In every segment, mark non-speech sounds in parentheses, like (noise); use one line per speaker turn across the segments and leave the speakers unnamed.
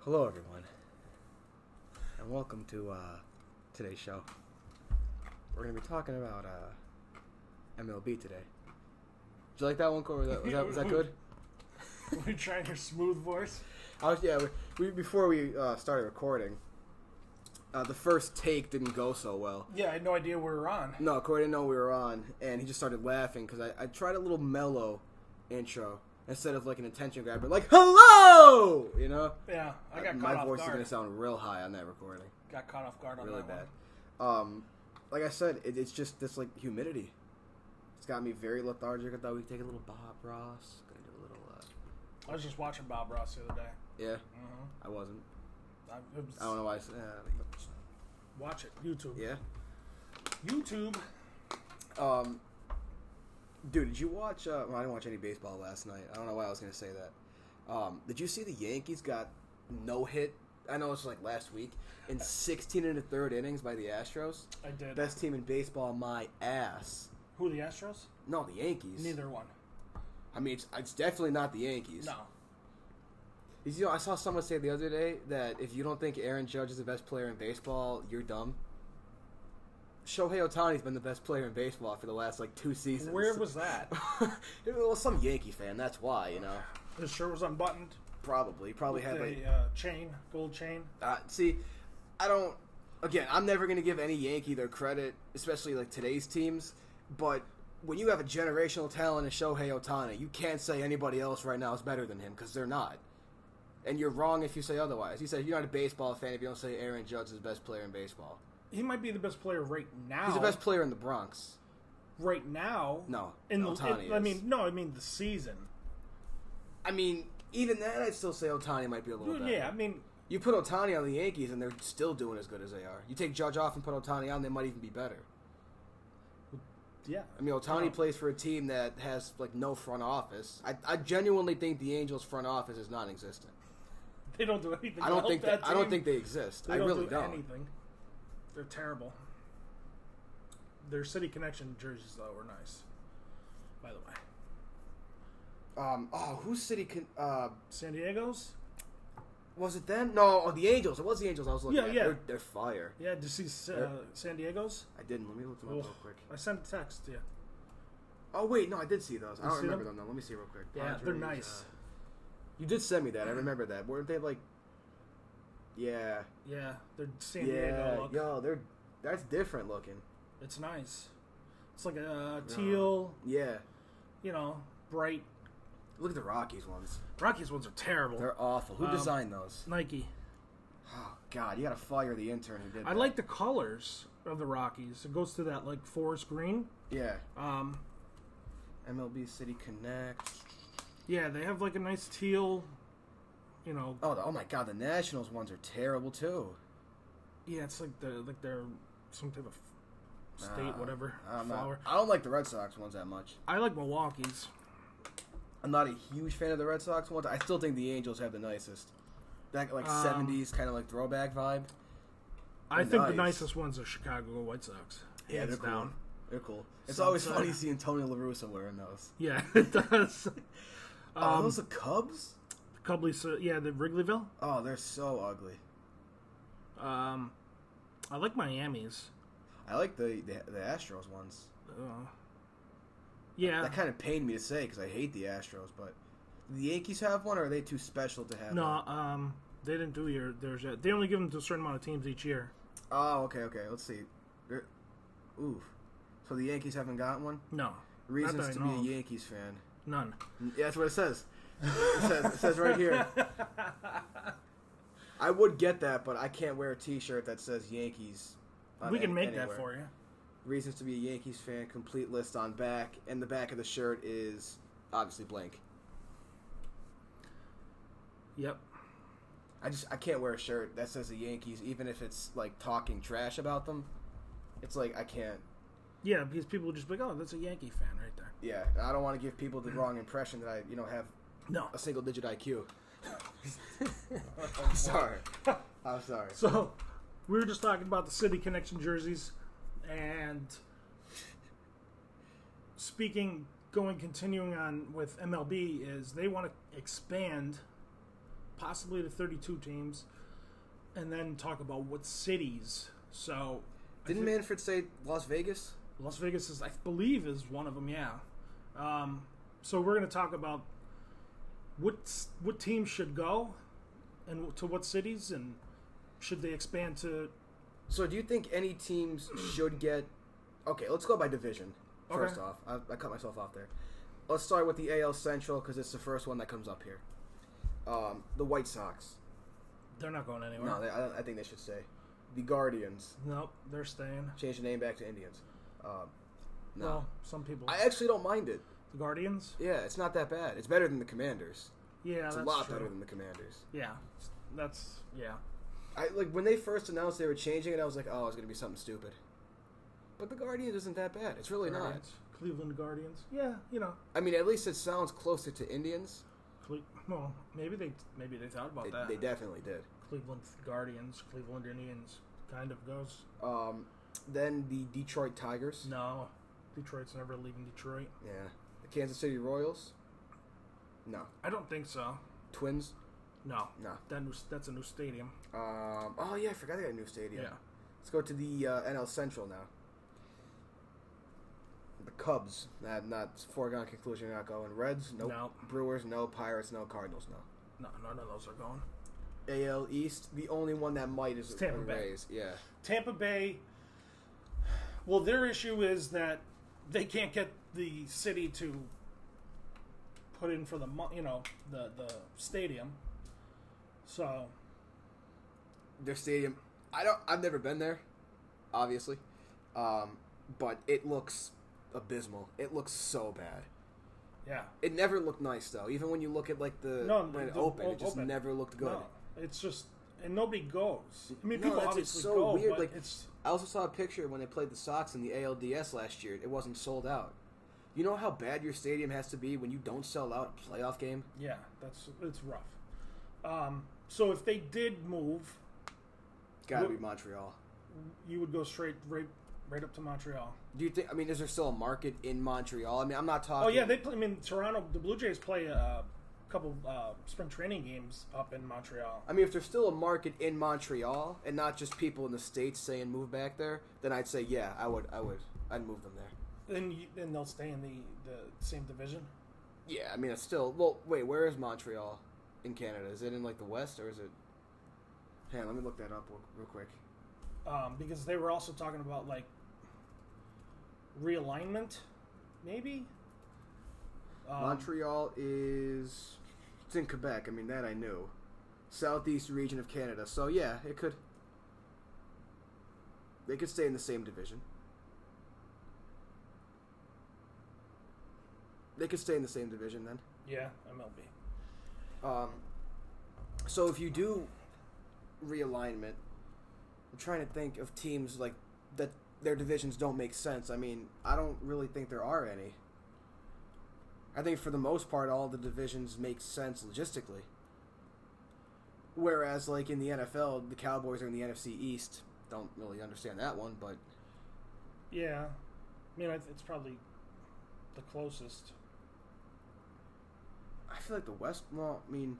Hello, everyone, and welcome to uh, today's show. We're going to be talking about uh, MLB today. Did you like that one, Corey? Was that, was that, was that
(laughs)
good?
We're trying your smooth voice.
I was, yeah, we, we, before we uh, started recording, uh, the first take didn't go so well.
Yeah, I had no idea we were on.
No, Corey didn't know we were on, and he just started laughing because I, I tried a little mellow intro instead of like an attention grabber, like "Hello," you know.
Yeah, I got caught
Uh, My
off
voice is
guard.
going to sound real high on that recording,
Got caught off guard on
really
that
bad. Um, like I said, it, it's just this like humidity. It's got me very lethargic. I thought we'd take a little Bob Ross. Gonna do a little. Uh,
one. I was just watching Bob Ross the other day.
yeah,
Mm-hmm.
I wasn't.
I, it was,
I don't know why. I said, uh,
Watch it, YouTube.
yeah.
YouTube.
Um, dude, did you watch? Uh, well, I didn't watch any baseball last night. I don't know why I was going to say that. Um, did you see the Yankees got no hit? I know it's like last week in 16 and a third innings by the Astros.
I did.
Best team in baseball, my ass.
Who the Astros?
No, the Yankees.
Neither one.
I mean, it's, it's definitely not the Yankees.
No.
You know, I saw someone say the other day that if you don't think Aaron Judge is the best player in baseball, you're dumb. Shohei Otani's been the best player in baseball for the last like two seasons.
Where
(laughs)
was that?
it was some Yankee fan. That's why, you know.
His shirt was unbuttoned.
Probably, probably
with
had
the
like.
uh, chain, gold chain.
Uh, see, I don't. Again, I'm never gonna give any Yankee their credit, especially like today's teams. But when you have a generational talent in Shohei Otani, you can't say anybody else right now is better than him because they're not. And you're wrong if you say otherwise. He said you're not a baseball fan if you don't say Aaron Judge is the best player in baseball.
He might be the best player right now.
He's the best player in the Bronx.
right now.
No,
In the,
Ohtani
I
is.
mean, no, I mean the season.
I mean, even that, I'd still say Otani might be a little better.
Yeah, I mean,
You put Otani on the Yankees, and they're still doing as good as they are. You take Judge off and put Otani on, they might even be better.
yeah. (laughs)
I mean, Otani
Yeah.
plays for a team that has like no front office. I, I genuinely think the Angels' front office is non-existent.
They don't do anything.
I
to
don't
help
think
that
that, I don't
team.
think they exist.
They
I
don't
really
do
don't.
anything. They're terrible. Their city connection jerseys though were nice. By the way,
Um, oh, whose city can, uh,
San Diego's.
was it then? No, oh, the Angels. It was the Angels. I was looking.
Yeah,
at.
yeah.
They're, they're fire.
Yeah, did you see Sa- uh,
They're-
San Diego's?
I didn't. Let me look them up
Ugh.
real quick.
I sent a text. Yeah,
Oh wait, no, I did see those. I
You
don't
see
remember them?
them?
though. Let me see real quick.
yeah, they're
Padres,
nice.
uh, you did send me that. I remember that. Weren't they like? Yeah.
yeah, they're San
yeah.
Diego. Look.
Yo, they're that's different looking.
It's nice. It's like a teal,
Yeah.
you know, bright.
Look at the Rockies ones.
Rockies ones are terrible.
They're awful. Who
Um,
designed those?
Nike.
Oh God, you gotta fire the intern who did.
I
that.
like the colors of the Rockies. It goes to that like forest green.
Yeah,
Um,
MLB City Connect.
yeah, they have like a nice teal. You know,
Oh, the, oh my God, the Nationals ones are terrible too.
yeah, it's like they're like they're some type of state
Nah,
whatever
I'm not-
flower.
I don't like the Red Sox ones that much.
I like Milwaukee's.
I'm not a huge fan of the Red Sox ones. I still think the Angels have the nicest. That like
Um,
'70s kind of like throwback vibe.
I think the
nice.
nicest ones are Chicago White Sox. hands
they're cool.
down.
They're cool. It's
Some
always
sort
funny
of-
seeing Tony La Russa wearing those.
Yeah, (laughs) it
(laughs)
does.
Oh,
Um,
those the Cubs?
Cubly, so, yeah, the Wrigleyville.
Oh, they're so ugly.
Um, I like Miami's.
I like the the, the Astros ones.
Uh, yeah,
That kind of pained me to say because I hate the Astros, but do the Yankees have one, or are they too special to have?
no,
one?
um, they didn't do your theirs yet. They only give them to a certain amount of teams each year.
Oh, okay, okay. Let's see. They're- Oof. So the Yankees haven't got one.
No, Not
Reasons
that
to
I know
be
of.
a Yankees fan.
none.
Yeah, that's what it
(laughs)
says. It says, it says right here. I would get that, but I can't wear a T-shirt that says Yankees. on
we can
any-
make that
anywhere.
for you.
Reasons to be a Yankees fan. Complete list on back, and the back of the shirt is obviously blank.
Yep.
I just I can't wear a shirt that says the Yankees, even if it's like talking trash about them. It's like I can't.
Yeah, because people would just be like, "Oh, that's a Yankee fan right there."
Yeah, and I don't want to give people the
(laughs)
wrong impression that I you know have
No.
a single digit
(laughs)
IQ. I'm sorry. I'm sorry.
So, we were just talking about the City Connection jerseys, and speaking, going, continuing on with MLB, is they want to expand possibly to 32 teams, and then talk about what cities. So, I
Didn't
think
Manfred say Las Vegas?
Las Vegas is, I believe, is one of them. Yeah. Um, so we're going to talk about what s- what teams should go, and to what cities, and should they expand to?
So do you think any teams should get? Okay, let's go by division. First
Okay.
off, I, I cut myself off there. Let's start with the AL Central because it's the first one that comes up here. Um, the White Sox.
They're not going anywhere.
No, they, I, I think they should stay. The Guardians.
Nope, they're staying.
Change the name back to Indians. Um, no,
Well, some people.
I actually don't mind it.
the Guardians.
Yeah, it's not that bad. It's better than the Commanders.
Yeah,
It's
that's
a lot
true.
better than the Commanders.
yeah, that's yeah.
I like when they first announced they were changing it. I was like, oh, it's gonna be something stupid. But the Guardians isn't that bad. It's really not.
Guardians. Cleveland Guardians. Yeah, you know.
I mean, at least it sounds closer to Indians.
Cle- well, maybe they maybe they thought about
They,
that.
they definitely did.
Cleveland Guardians, Cleveland Indians, kind of goes.
Um, then the Detroit Tigers.
No, Detroit's never leaving Detroit.
Yeah. The Kansas City Royals. No.
I don't think so.
Twins.
No,
No.
that new, that's a new stadium.
Um, oh yeah, I forgot they got a new
Yeah.
stadium. Let's go to the uh, NL Central now. The Cubs. Not, not foregone conclusion. Not going. Reds. Nope.
No.
Brewers. No. Pirates. No. Cardinals. No.
No, none of those are going.
AL East. The only one that might is
It's Tampa
the
Bay.
Rays. Yeah.
Tampa Bay. Well, their issue is that they can't get the city to put in for the mo- you know the the stadium. So
Their stadium. I don't. I've never been there, obviously, um, but it looks abysmal. It looks so bad.
yeah,
It never looked nice though. Even when you look at like the
No,
when it
the-
opened,
o-
it just
open.
never looked good.
no, it's just and nobody goes. I mean,
No,
people
that's- it's
obviously
so
go,
weird,
but
like-
it's
I also saw a picture when they played the Sox in the ALDS last year. It wasn't sold out. You know how bad your stadium has to be when you don't sell out a playoff game.
yeah, that's it's rough. Um, so if they did move,
Gotta
Wh-
be Montreal.
you would go straight right right up to Montreal.
Do you think? I mean, is there still a market in Montreal? I mean, I'm not talking.
Oh yeah, they play. I mean, Toronto. The Blue Jays play a couple uh, spring training games up in Montreal.
I mean, if there's still a market in Montreal and not just people in the states saying move back there, then I'd say yeah, I would, I would, I'd move them there.
And you, and they'll stay in the the same division.
Yeah, I mean, it's still. Well, wait, where is Montreal in Canada? Is it in like the West or is it? Hang on, let me look that up real, real quick.
um, because they were also talking about like realignment, maybe. Um,
Montreal is. It's in Quebec. I mean, that I knew. Southeast region of Canada. So yeah, it could. They could stay in the same division. They could stay in the same division then.
Yeah, MLB.
Um, so if you do realignment, I'm trying to think of teams like that their divisions don't make sense. I mean, I don't really think there are any. I think for the most part, all the divisions make sense logistically. Whereas, like in the NFL, the Cowboys are in the NFC East. Don't really understand that one, but
Yeah, I mean I th- it's probably the closest.
I feel like the West. Well, I mean,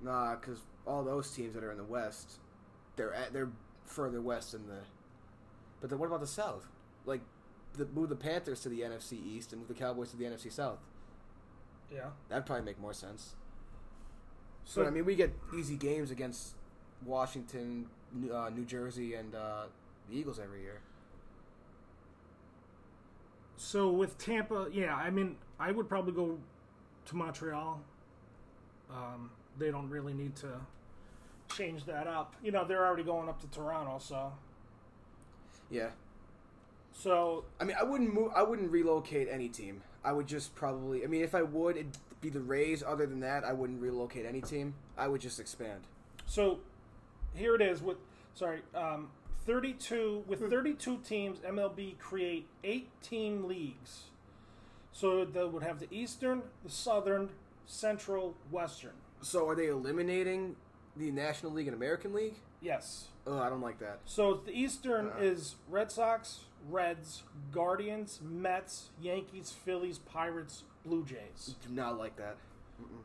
nah, because all those teams that are in the West, they're at they're further west than the. But then what about the South? Like, the, move the Panthers to the NFC East and move the Cowboys to the NFC South.
Yeah.
That'd probably make more sense.
So
But I mean, we get easy games against Washington, New- uh, New Jersey, and uh, the Eagles every year.
So with Tampa, yeah, I mean, I would probably go to Montreal. Um, they don't really need to change that up. You know, they're already going up to Toronto, so
Yeah,
so
I mean, I wouldn't move. I wouldn't relocate any team. I would just probably. I mean, if I would, it'd be the Rays. Other than that, I wouldn't relocate any team. I would just expand.
so here it is with sorry, um, 32 with 32 teams, MLB create 8 team leagues. So they would have the Eastern, the Southern, Central, Western.
So, are they eliminating the National League and American League?
Yes.
Oh, I don't like that.
So the Eastern
Uh-uh.
is Red Sox, Reds, Guardians, Mets, Yankees, Phillies, Pirates, Blue Jays.
Do not like that.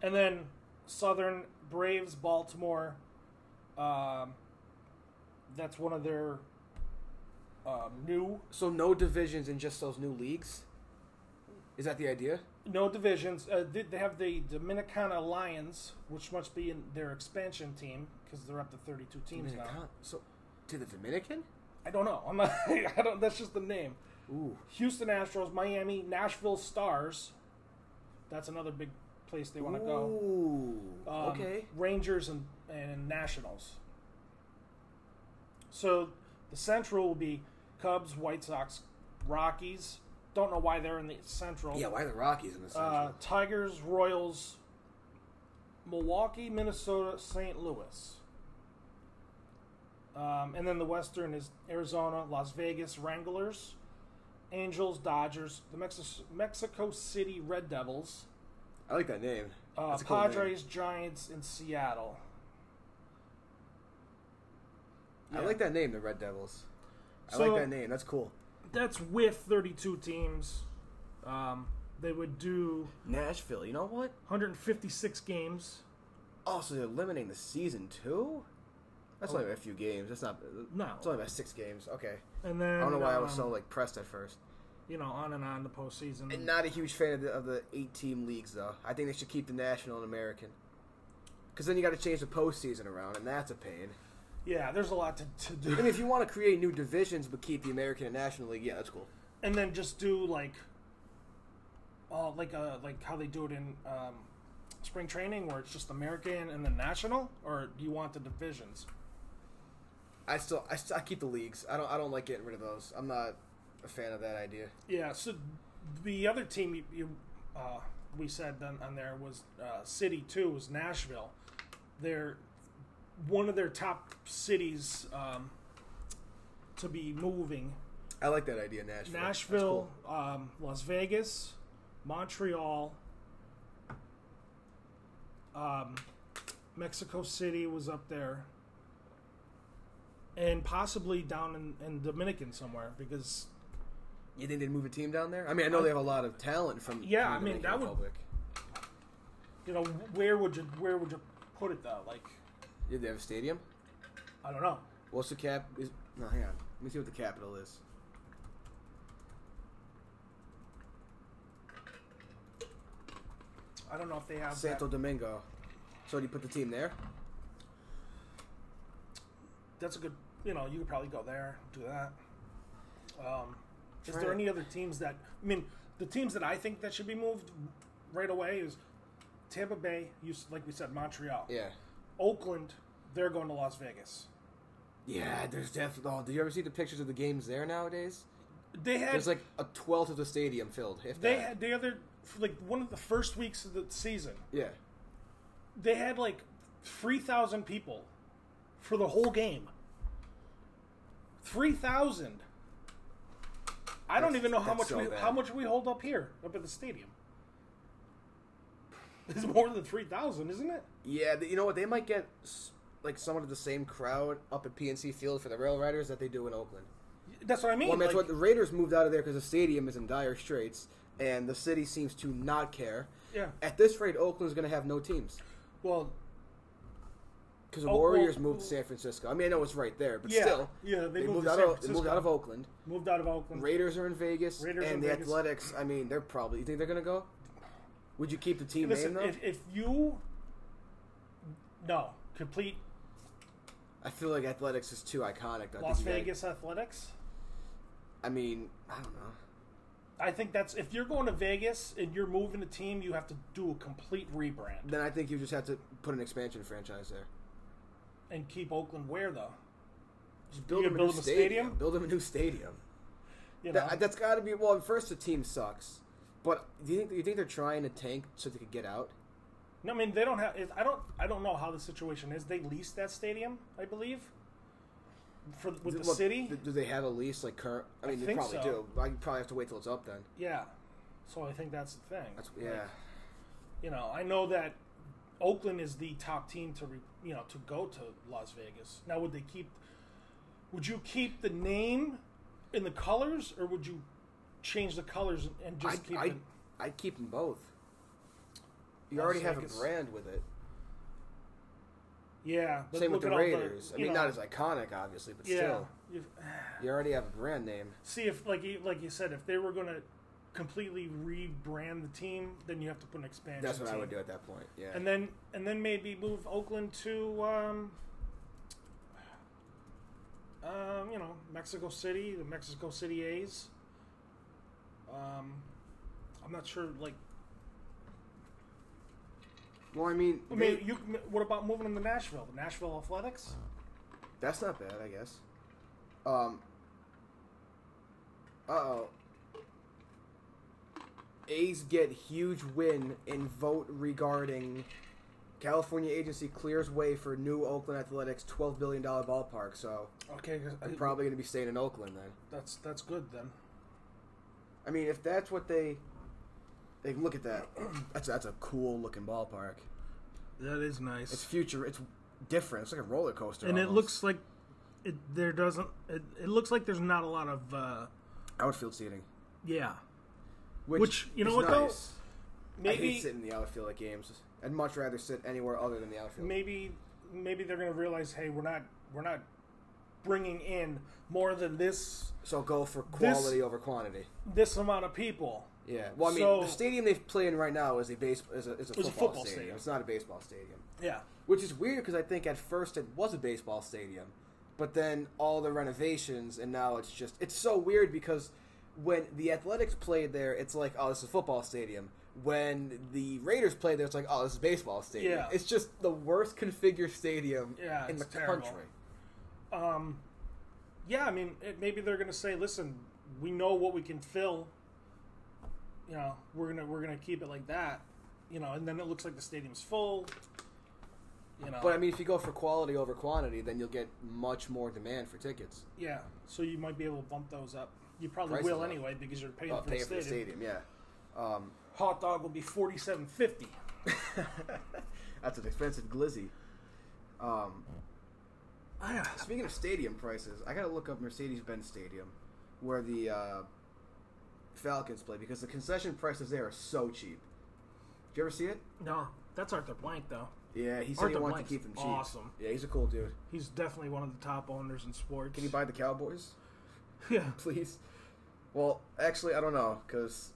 And then Southern Braves, Baltimore. Um, that's one of their um, new
So no divisions in just those new leagues. Is that the idea?
no divisions. Uh, they, they have the Dominicana Lions, which must be in their expansion team because they're up to thirty-two teams now.
Dominican- So to the Dominican?
I don't know. I'm not, (laughs) I don't. That's just the name.
Ooh,
Houston Astros, Miami, Nashville Stars. That's another big place they want to go.
ooh,
Um,
okay.
Rangers and, and Nationals. So the Central will be Cubs, White Sox, Rockies. Don't know why they're in the Central.
Yeah, why are the Rockies in the Central?
Uh, Tigers, Royals, Milwaukee, Minnesota, St. Louis. Um, and then the Western is Arizona, Las Vegas, Wranglers, Angels, Dodgers, the Mexico, Mexico City Red Devils,
I like that name.
uh,
That's a cool name.
Padres, Giants, and Seattle.
I
Yeah.
like that name, the Red Devils. I
So-
like that name. That's cool.
That's with 32 teams. Um, they would do
Nashville. You know what?
156 games.
Oh, so they're limiting the season too. That's
Oh.
only by a few games. That's not.
No.
It's only by six games. Okay.
And then
I don't know why I was
um,
so like pressed at first.
you know, on and on the postseason.
And not a huge fan of the, of the eight-team leagues though. I think they should keep the National and American. Because then you got to change the postseason around, and that's a (laughs) pain.
yeah, there's a lot to, to
I mean,
do.
if you want to create new divisions but keep the American and National League, yeah, that's cool.
and then just do like, oh, like uh, like how they do it in um, spring training, where it's just American and then national, or do you want the divisions?
I still, I, still, I keep the leagues. I don't, I don't like getting rid of those. I'm not a fan of that idea.
Yeah. So the other team you, you uh, we said then on there was uh, City Two was Nashville. They're one of their top cities um, to be moving
I like that idea, Nashville. That's
Nashville,
cool.
um, Las Vegas, Montreal, um, Mexico City was up there, and possibly down in, in Dominican somewhere because
You think they'd move a team down there? I mean, I know they have a lot of talent from.
Yeah,
from
I
the
mean,
Dominican
that would-
Republic.
you know where would you where would you put it though? Like
Yeah, they have a stadium.
I don't know.
What's the cap? Is no, hang on. Let me see what the capital is.
I don't know if they have
Santo
that.
Domingo. So do you put the team there?
That's a good. You know, you could probably go there do that. Um, is
Try
there
it.
any other teams that? I mean, the teams that I think that should be moved right away is Tampa Bay. You s- like we said, Montreal.
Yeah.
Oakland, they're going to Las Vegas.
Yeah, there's definitely. Oh, do you ever see the pictures of the games there nowadays?
They had
There's like a twelfth of the stadium filled. If
they
that.
had the other like one of the first weeks of the season.
Yeah.
They had like three thousand people for the whole game. Three thousand. I don't
That's-
even know how much
that's so
we
bad.
how much we hold up here up at the stadium. (laughs) It's more than three thousand, isn't it?
Yeah. th- You know what? They might get s- like somewhat of the same crowd up at PNC Field for the Rail Riders that they do in Oakland.
That's what I mean.
Well, I mean, that's
like-
what the Raiders moved out of there because the stadium is in dire straits, and the city seems to not care.
yeah.
At this rate, Oakland's going to have no teams
Well,
because the
Oh, well,
Warriors moved to
well-
San Francisco. I mean, I know it's right there, but
Yeah,
still,
yeah, they
moved
moved to
out
San
of they moved out of
Francisco.
Oakland.
moved out of Oakland.
Raiders are in Vegas,
Raiders are in
and the
Vegas.
Athletics. I mean, they're probably. You think they're going to go? Would you keep the team
Listen,
name though?
if, if you no complete
I feel like Athletics is too iconic. I think you
Las
gotta-
Vegas athletics,
I mean, I don't know.
I think that's if you're going to Vegas and you're moving a team, you have to do a complete rebrand
Then I think you just have to put an expansion franchise there.
and keep Oakland where though.
Just build
You
them a
build
new
them a
stadium.
stadium?
Build them a new stadium.
You know,
That, that's got to be well. First, the team sucks, but do you think you think they're trying to tank so they could get out?
No, I mean they don't have. it- I don't. I don't know how the situation is. They leased that stadium, I believe, for with the
Look,
city.
do- Do they have a lease like current? I mean, they
think
probably
so.
do. But you probably have to wait till it's up then.
yeah, so I think that's the thing.
That's
Like,
yeah.
you know, I know that Oakland is the top team to re, you know to go to Las Vegas. Now, would they keep? Would you keep the name and the colors, or would you change the colors and- and just
I
keep?
I
them?
I keep them both. You
Las
already have a
Vegas.
brand with it.
Yeah. but
Same with
look
the
at all
Raiders. I
you
mean,
know,
not as iconic, obviously, but
yeah.
still,
You've-
you already have a brand name.
See if like you, like you said, if they were going to completely rebrand the team, then you have to put an expansion.
That's what I
team.
would do at that point. Yeah.
And then and then maybe move Oakland to um, um, you know Mexico City, the Mexico City A's. Um, I'm not sure. Like,
well, I mean,
I
they-
mean, you. What about moving them to Nashville? The Nashville Athletics.
That's not bad, I guess. Um. Uh oh. A's get huge win in vote regarding California agency clears way for new Oakland Athletics twelve billion dollar ballpark. So
Okay, 'cause
I'm
I-
probably going to be staying in Oakland then.
that's that's good then.
I mean, if that's what they, they look at that. (clears throat) That's that's a cool looking ballpark.
That is nice.
It's future. It's different. It's like a roller coaster.
and it
almost.
looks like it there doesn't it, it looks like there's not a lot of uh
outfield seating.
yeah
Which,
Which, you know
is
what, though?
nice. I hate
maybe
sitting in the outfield at games. I'd much rather sit anywhere other than the outfield.
maybe maybe they're gonna realize hey we're not we're not bringing in more than this
So go for quality over quantity.
this amount of people
Yeah. Well, I mean,
So-
the stadium they play in right now is a base is a, is a, football,
football
stadium.
stadium.
It's not a baseball stadium,
yeah
which is weird because I think at first it was a baseball stadium, but then all the renovations and now it's just it's so weird because when the Athletics played there, it's like oh this is a football stadium. When the Raiders played there, it's like oh this is a baseball stadium.
Yeah.
It's just the worst configured stadium
Yeah,
in the
it's terrible.
country.
um yeah i mean it, maybe they're gonna say listen we know what we can fill you know we're gonna we're gonna keep it like that you know and then it looks like the stadium's full you know
But I mean, if you go for quality over quantity, then you'll get much more demand for tickets.
Yeah, so you might be able to bump those up. You probably
Prices
will
up.
anyway because you're paying
Uh,
for, the
pay for
stadium.
the stadium, yeah. Um, (laughs)
Hot dog will be forty-seven fifty.
that's an expensive glizzy. Um,
Yeah,
speaking of stadium prices, I gotta look up Mercedes-Benz Stadium, where the uh, Falcons play, because the concession prices there are so cheap. Did you ever see it?
no, that's Arthur Blank though.
Yeah, he said he
Arthur
wanted
Blank's
to keep them cheap.
awesome.
Yeah, he's a cool dude.
He's definitely one of the top owners in sports.
Can you buy the Cowboys?
(laughs) yeah,
please. Well, actually, I don't know because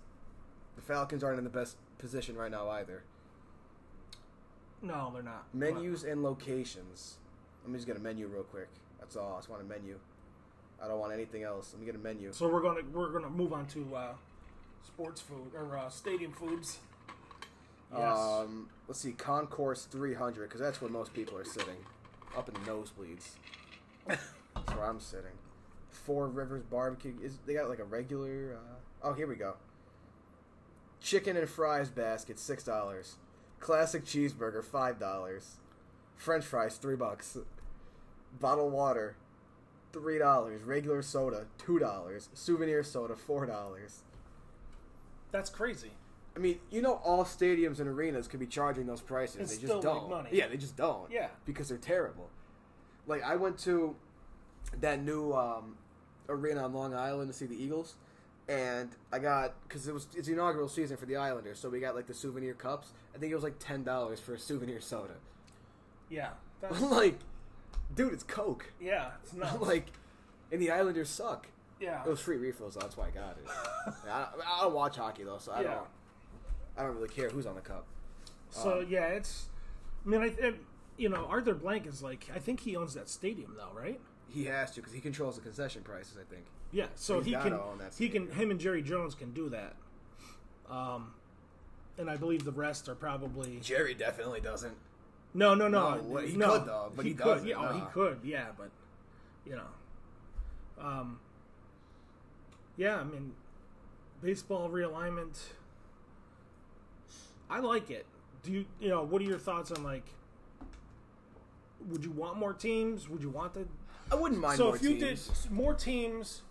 the Falcons aren't in the best position right now either.
no, they're not.
Menus and locations. Let me just get a menu real quick. That's all. I just want a menu. I don't want anything else. Let me get a menu.
But- so we're gonna we're gonna move on to uh, sports food or uh, stadium foods. Yes.
Um, let's see, concourse 300 because that's where most people are sitting, up in the nosebleeds. that's where I'm sitting. Four Rivers Barbecue. Is they got like a regular? Uh, oh, here we go. Chicken and fries basket six dollars. Classic cheeseburger five dollars. French fries three bucks. Bottled water three dollars. Regular soda two dollars. Souvenir soda four dollars.
that's crazy.
I mean, you know, all stadiums and arenas could be charging those prices.
And
they just
still make
don't.
money.
Yeah, they just don't.
Yeah.
because they're terrible. Like I went to that new um, arena on Long Island to see the Eagles, and I got because it was it's the inaugural season for the Islanders, so we got like the souvenir cups. I think it was like ten dollars for a souvenir soda. (laughs)
Yeah, that's,
I'm like, dude, it's Coke.
yeah,
(laughs)
it's
I'm
not
like, and the Islanders suck.
yeah.
It was free refills, though, that's why I got
(laughs)
it. I, I don't watch hockey though, so I
Yeah.
don't. I don't really care who's on the cup.
So
Um,
yeah, it's. I mean, I it, you know Arthur Blank is like I think he owns that stadium though, right?
He has to because he controls the concession prices. I think.
Yeah, so
He's
he
gotta
can
own that
he can him and Jerry Jones can do that. Um and I believe the rest are probably
Jerry definitely doesn't.
No, no, no.
No, what- he could, though, but he
could.
doesn't,
Yeah, oh, he
nah.
could. Yeah, but you know. Um Yeah, I mean baseball realignment I like it. Do you you know, what are your thoughts on like would you want more teams? Would you want the
I wouldn't mind.
so
more
if you
teams.
did s- more teams,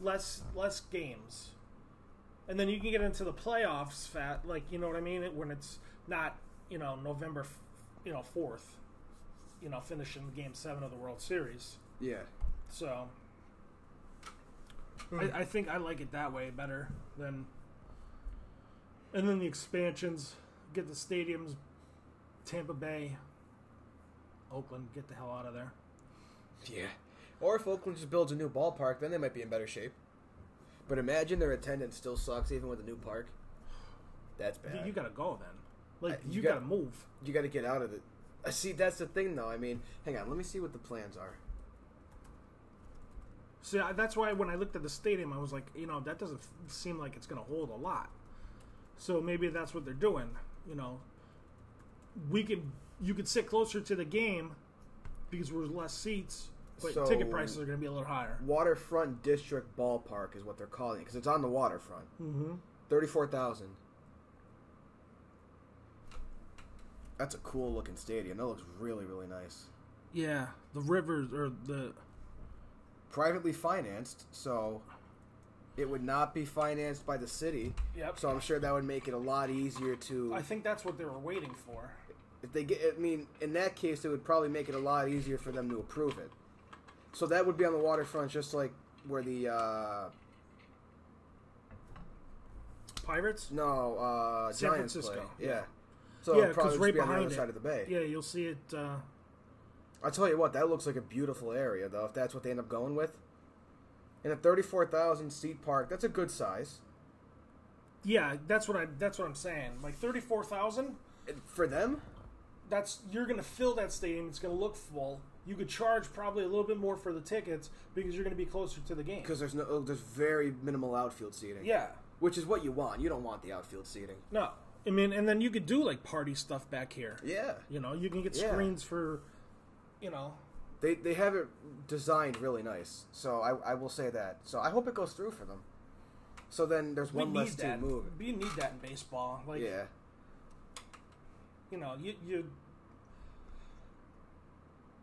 less less games, and then you can get into the playoffs, fat like you know what I mean It- when it's not you know November, f- you know fourth, you know finishing game seven of the World Series.
yeah,
So
Hmm.
I, I think I like it that way better than. And then the expansions, get the stadiums, Tampa Bay, Oakland, get the hell out of there.
Yeah. Or if Oakland just builds a new ballpark, then they might be in better shape. But imagine their attendance still sucks even with a new park. That's bad.
Dude, you gotta go then. Like
Uh,
you,
you
gotta,
got-
move.
you got to get out of it. Uh, See, that's the thing, though. I mean, hang on. Let me see what the plans are.
See, I, that's why when I looked at the stadium, I was like, you know, that doesn't f- seem like it's gonna hold a lot. So maybe that's what they're doing. You know, we could you could sit closer to the game because we're less seats, but
So-
ticket prices are gonna be a little higher.
Waterfront District Ballpark is what they're calling it because it's on the waterfront.
Mm-hmm.
Thirty-four thousand. That's a cool looking stadium. That looks really, really nice.
Yeah, the rivers or the
Privately financed, so it would not be financed by the city.
yep.
So I'm sure that would make it a lot easier to.
I think that's what they were waiting for.
If they get, I mean, in that case, it would probably make it a lot easier for them to approve it. So that would be on the waterfront, just like where the uh,
Pirates.
no uh,
San
Giants play.
Francisco.
Yeah. So
Yeah,
it'd probably
'cause
just
right
be on the other
behind it.
side of the bay.
Yeah, you'll see it. Uh,
I tell you what, that looks like a beautiful area, though. If that's what they end up going with, in a thirty-four thousand seat park, that's a good size
yeah, that's what I. That's what I'm saying. Like thirty-four thousand.
And for them.
That's you're gonna fill that stadium. It's gonna look full. You could charge probably a little bit more for the tickets because you're gonna be closer to the game.
Because there's no, oh, there's very minimal outfield seating.
Yeah.
Which is what you want. You don't want the outfield seating.
No. I mean, and then you could do like party stuff back here.
Yeah.
You know, you can get
Yeah.
screens for, you know,
They they have it designed really nice, so I, I will say that. So I hope it goes through for them. So then there's
we
one
need
less team
that.
moving.
We need that in baseball. Like,
Yeah,
you know, you you.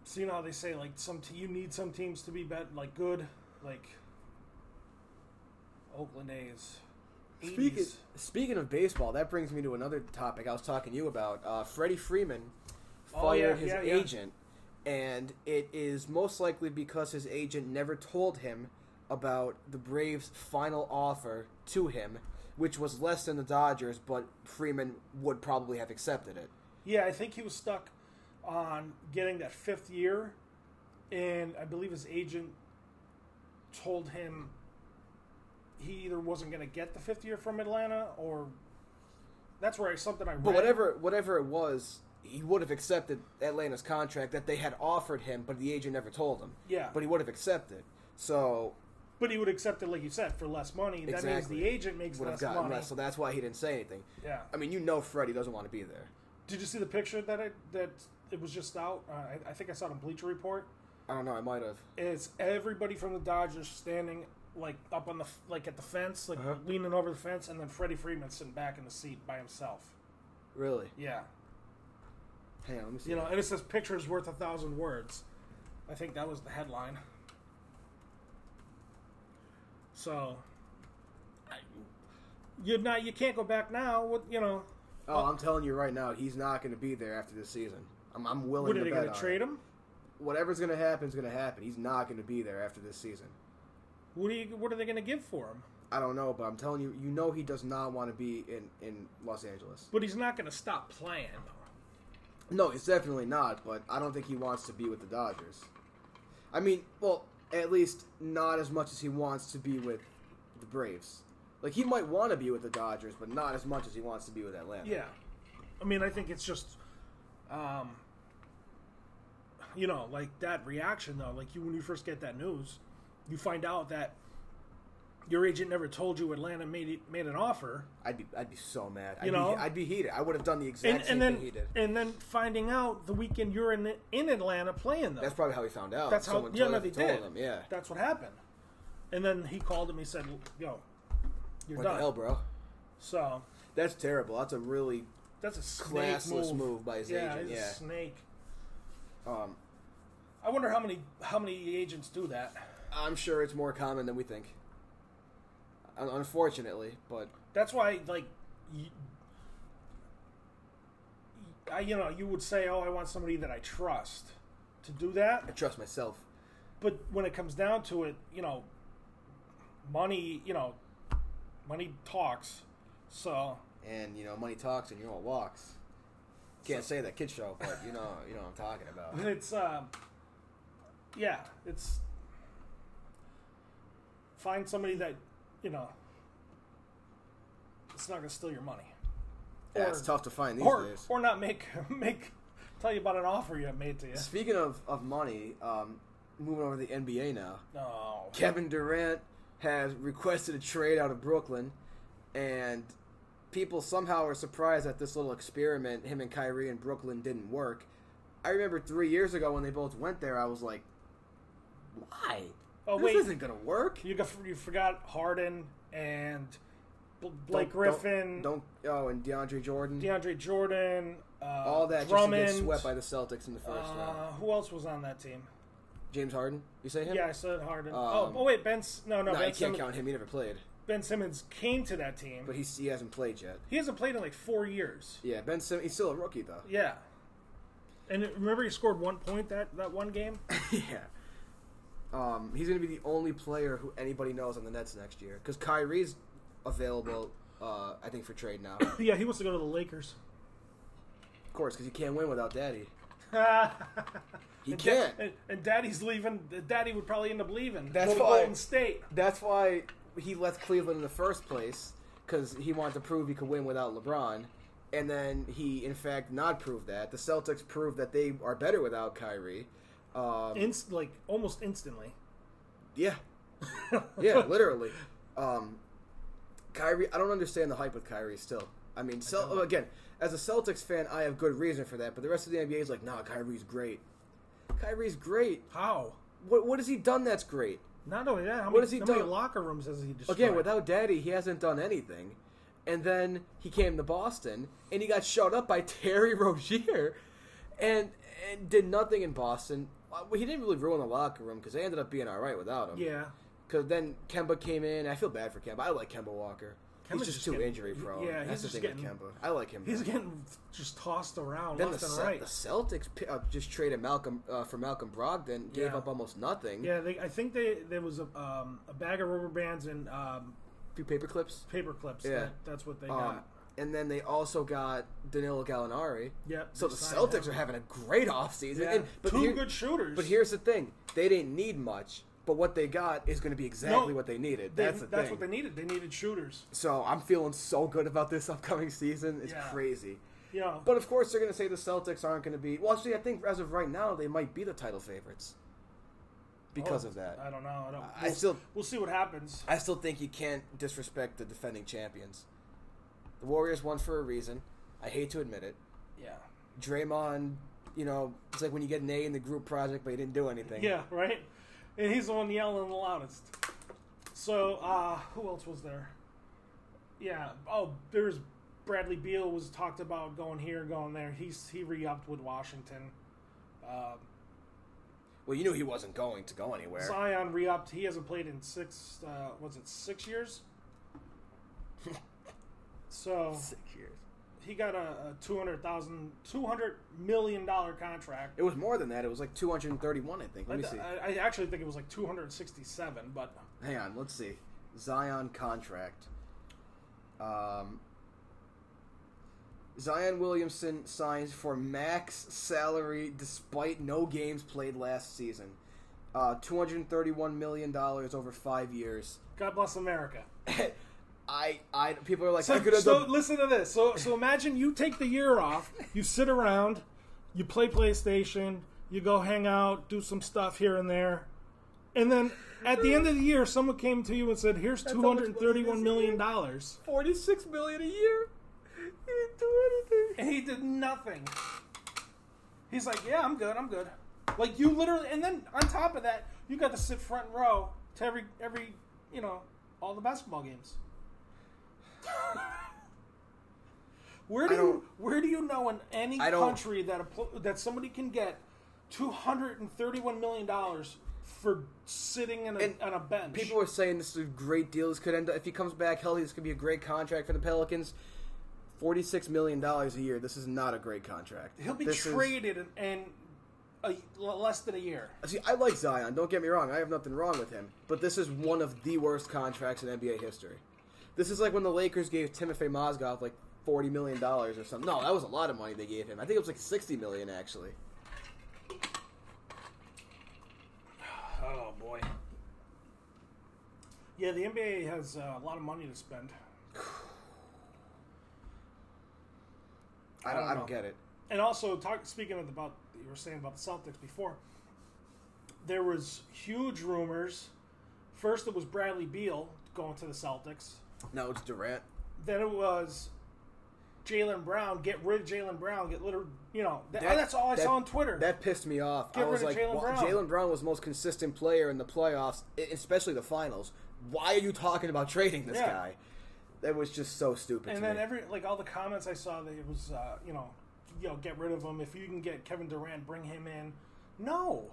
So you know how they say like some te- you need some teams to be bet like good like. Oakland A's.
Speaking
80s.
speaking of baseball, that brings me to another topic I was talking to you about. Uh, Freddie Freeman fired
Oh, yeah,
his
yeah, yeah.
agent, and it is most likely because his agent never told him about the Braves' final offer to him, which was less than the Dodgers, but Freeman would probably have accepted it.
Yeah, I think he was stuck on getting that fifth year, and I believe his agent told him he either wasn't going to get the fifth year from Atlanta or that's where I, something I read.
But whatever whatever it was, he would have accepted Atlanta's contract that they had offered him, but the agent never told him.
Yeah.
But he would have accepted. So
But he would accept it, like you said, for less money. That means
Exactly.
the agent makes
would have
less
gotten
money.
less. So that's why he didn't say anything.
Yeah.
I mean, you know, Freddie doesn't want to be there.
Did you see the picture that I, that it was just out? Uh, I, I think I saw it on Bleacher Report.
I don't know. I might have.
is everybody from the Dodgers standing like up on the f- like at the fence, like
Uh-huh.
leaning over the fence, and then Freddie Freeman sitting back in the seat by himself.
Really?
Yeah,
Hang on. Let me see.
you know, and it says "pictures worth a thousand words." I think that was the headline. So, I- you're not you can't go back now. What you know?
oh,
uh,
I'm telling you right now, he's not going to be there after this season. I'm, I'm willing
What
to
are they
bet
going
on
to
it.
trade him?
Whatever's going to happen is going to happen. He's not going to be there after this season.
What are you? What are they going to give for him?
I don't know, but I'm telling you, you know, he does not want to be in in Los Angeles.
But he's not going to stop playing.
No, it's definitely not. But I don't think he wants to be with the Dodgers. I mean, well, at least not as much as he wants to be with the Braves. Like he might want to be with the Dodgers, but not as much as he wants to be with Atlanta.
Yeah, I mean, I think it's just, um, you know, like that reaction though. Like you, when you first get that news, you find out that your agent never told you Atlanta made it, made an offer,
I'd be I'd be so mad. I'd
You
be,
know?
I'd be heated. I would have done the exact
and,
same
and then
thing he did.
and then finding out the weekend you're in in Atlanta playing them.
That's probably how he found out.
That's how-
Someone
yeah,
told,
no,
him-
they
told
did.
him. Yeah.
That's what happened. And then he called him. He said, "Yo, you're
What the
done."
hell, bro?
So
That's terrible. That's a really
that's a snake
classless move.
move.
by his
Yeah,
agent.
he's
Yeah.
a snake.
Um,
I wonder how many how many agents do that.
I'm sure it's more common than we think. Un- Unfortunately, but
That's why, like, you, I, you know, you would say, "Oh, I want somebody that I trust to do
I
that."
trust myself.
But when it comes down to it, you know, money, you know, money talks. So
And you know, money talks, and you know it walks. Can't say that kid show, but you know, you know what I'm talking
(laughs)
about.
(laughs) It's um, yeah, it's find somebody that you know. It's not gonna steal your money,
Yeah, it's tough to find these
or
days.
or not make (laughs) make tell you about an offer you made to you.
Speaking of of money, um, moving over to the NBA now.
No,
Kevin Durant has requested a trade out of Brooklyn, and people somehow are surprised that this little experiment him and Kyrie and Brooklyn didn't work. I remember three years ago when they both went there, I was like, "Why?
Oh,
this
wait.
isn't gonna work."
you got, you forgot Harden and Bl- Blake
Don't- don't-
Griffin,
don't, oh, and DeAndre Jordan,
DeAndre Jordan, uh,
all that
Drummond.
just to get swept by the Celtics in the first round.
uh, who else was on that team?
James Harden, you say him?
Yeah, I said Harden. oh,
Um,
oh wait, Ben. S- No,
no,
no,
you
ben,
can't
Simmons,
count him. He never played,
ben Simmons came to that team.
but he's, he hasn't played yet.
he hasn't played in like four years.
Yeah, Ben Simmons, he's still a rookie though.
Yeah, and it- remember he scored one point that that
(laughs)
one game.
Yeah. Um, he's going to be the only player who anybody knows on the Nets next year because Kyrie's available, uh, I think, for trade now. of
yeah, he wants to go to the Lakers. (laughs)
course, because you can't win without Daddy. He
And da-
can't.
and, and Daddy's leaving. Daddy would probably end up leaving.
That's
Go to
why-
Golden State.
That's why he left Cleveland in the first place because he wanted to prove he could win without LeBron. And then he, in fact, not proved that. The Celtics proved that they are better without Kyrie. Um,
Inst- like almost instantly.
Yeah. (laughs) yeah,
(laughs)
literally. Um, Kyrie, I don't understand the hype with Kyrie still. I mean, Cel- again, as a Celtics fan, I have good reason for that, but the rest of the NBA is like, nah, Kyrie's great. Kyrie's great.
How?
What, what has he done that's great?
Not only that, how,
What
many,
has he
how many
done?
locker rooms has he destroyed?
Again, without Daddy, he hasn't done anything. And then he came to Boston, and he got shut up by (laughs) Terry Rozier, and, and did nothing in Boston. Well, He didn't really ruin the locker room because they ended up being all right without him.
yeah,
Because then Kemba came in. I feel bad for Kemba. I like Kemba Walker. he's
Kemba's
just,
just
too
getting-
injury prone.
yeah, he's
That's
just
the thing
getting-
with Kemba. I like him.
he's
though.
getting just tossed around
then the,
left and
Cel-
right.
the Celtics pi- uh, just traded Malcolm uh, for Malcolm Brogdon, gave
Yeah.
up almost nothing.
Yeah, they, I think they there was a, um, a bag of rubber bands and um,
A few paper clips.
paper clips.
Yeah.
that, that's what they
Um,
got.
and then they also got Danilo Gallinari.
Yep.
So
they
the
signed
Celtics
him.
are having a great offseason.
Yeah.
And, but
two
here-
good shooters.
But here's the thing: they didn't need much. But what they got is going to be exactly
No,
what they needed.
They-
that's the
that's
thing.
what they needed. They needed shooters.
so I'm feeling so good about this upcoming season. It's
Yeah.
crazy.
You know,
But of course, they're going to say the Celtics aren't going to be. Well, actually, I think as of right now, they might be the title favorites because
oh,
of that.
I don't know. I don't.
I
We'll,
still-
we'll see what happens.
I still think you can't disrespect the defending champions. The Warriors won for a reason. I hate to admit it.
Yeah.
Draymond, you know, it's like when you get an A in the group project, but you didn't do anything.
Yeah. Right. And he's the one yelling the loudest. So uh, who else was there? Yeah. Oh, there's Bradley Beal was talked about going here, going there. He's he re-upped with Washington. Um,
Well, you knew he wasn't going to go anywhere.
Zion re-upped. He hasn't played in six. Uh, was it six
(laughs)
years? so
Six years.
he got a, a two hundred thousand, two hundred million dollar contract.
It was more than that. It was like 231, I think. Let me
I,
see.
I- I actually think it was like two hundred sixty-seven, but
Hang on, let's see. Zion contract. Um, Zion Williamson signs for max salary despite no games played last season. Uh, $231 million over five years. (laughs)
God bless America.
I, I, people are like, I
So,
could have
so
done.
listen to this. So so imagine you take the year off, you sit around, you play PlayStation, you go hang out, do some stuff here and there, and then at the end of the year, someone came to you and said, "Here's two
much money
hundred thirty-one million
this
dollars."
46 million a year. He didn't do anything.
and he did nothing. He's like, "Yeah, I'm good. I'm good." Like you literally, and then on top of that, you got to sit front row to every every you know all the basketball games. (laughs) where do
I
you
don't-
where do you know in any
I don't-
country that a, pl- that somebody can get two hundred and thirty one million dollars for sitting in a,
And
on a bench?
People are saying this is a great deal. This could end up, if he comes back healthy, this could be a great contract for the Pelicans. $46 million a year. This is not a great contract.
He'll be
This is-
traded in, in a, less than a year.
See, I like Zion. Don't get me wrong. I have nothing wrong with him. But this is one of the worst contracts in NBA history. This is like when the Lakers gave Timofey Mozgov like forty million dollars or something. No, that was a lot of money they gave him. I think it was like sixty million actually.
Oh boy. Yeah, the NBA has uh, a lot of money to spend,
I don't.
don't
I don't
know.
get it.
and also talk, speaking of about you were saying about the Celtics before, there was huge rumors. First, it was Bradley Beal going to the Celtics.
No, it's Durant.
Then it was Jalen Brown. Get rid of Jalen Brown. Get rid of you know. That,
That-
Oh, that's all I
that-
saw on Twitter.
That pissed me off.
Get
I was
rid
like,
of Jalen
"Well,
Brown."
Jalen Brown was the most consistent player in the playoffs, e- especially the finals. Why are you talking about trading this
Yeah.
guy? That was just so stupid. to
and then
me.
every like all the comments I saw that it was uh, you know you know get rid of him if you can get Kevin Durant bring him in. No,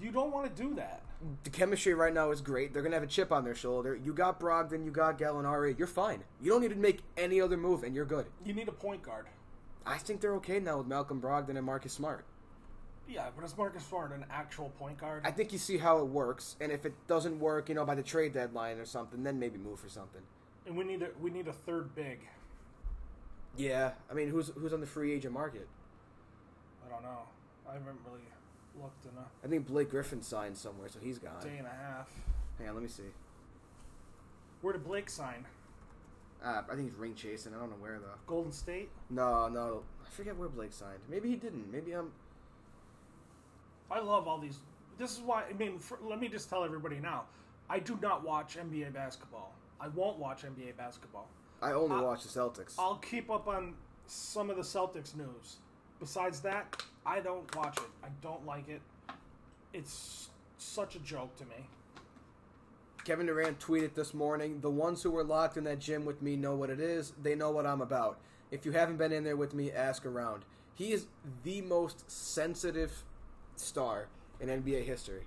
you don't want to do that.
the chemistry right now is great. They're gonna have a chip on their shoulder. You got Brogdon, you got Gallinari. You're fine. You don't need to make any other move, and you're good.
You need a point guard.
I think they're okay now with Malcolm Brogdon and Marcus Smart.
Yeah, but is Marcus Smart an actual point guard?
I think you see how it works, and if it doesn't work, you know, by the trade deadline or something, then maybe move for something.
and we need a we need a third big.
Yeah, I mean, who's who's on the free agent market?
I don't know. I haven't really looked in a
I think Blake Griffin signed somewhere, so he's gone.
day and a half.
Hang on, let me see.
Where did Blake sign?
Uh, I think he's ring chasing. I don't know where though.
Golden State.
No, no, I forget where Blake signed. Maybe he didn't. Maybe I'm.
I love all these. This is why I mean. For, let me just tell everybody now. I do not watch NBA basketball. I won't watch NBA basketball.
I only
Uh,
watch the Celtics.
I'll keep up on some of the Celtics news. Besides that, I don't watch it. I don't like it. It's such a joke to me.
Kevin Durant tweeted this morning The ones who were locked in that gym with me know what it is. They know what I'm about. If you haven't been in there with me, ask around. He is the most sensitive star in NBA history.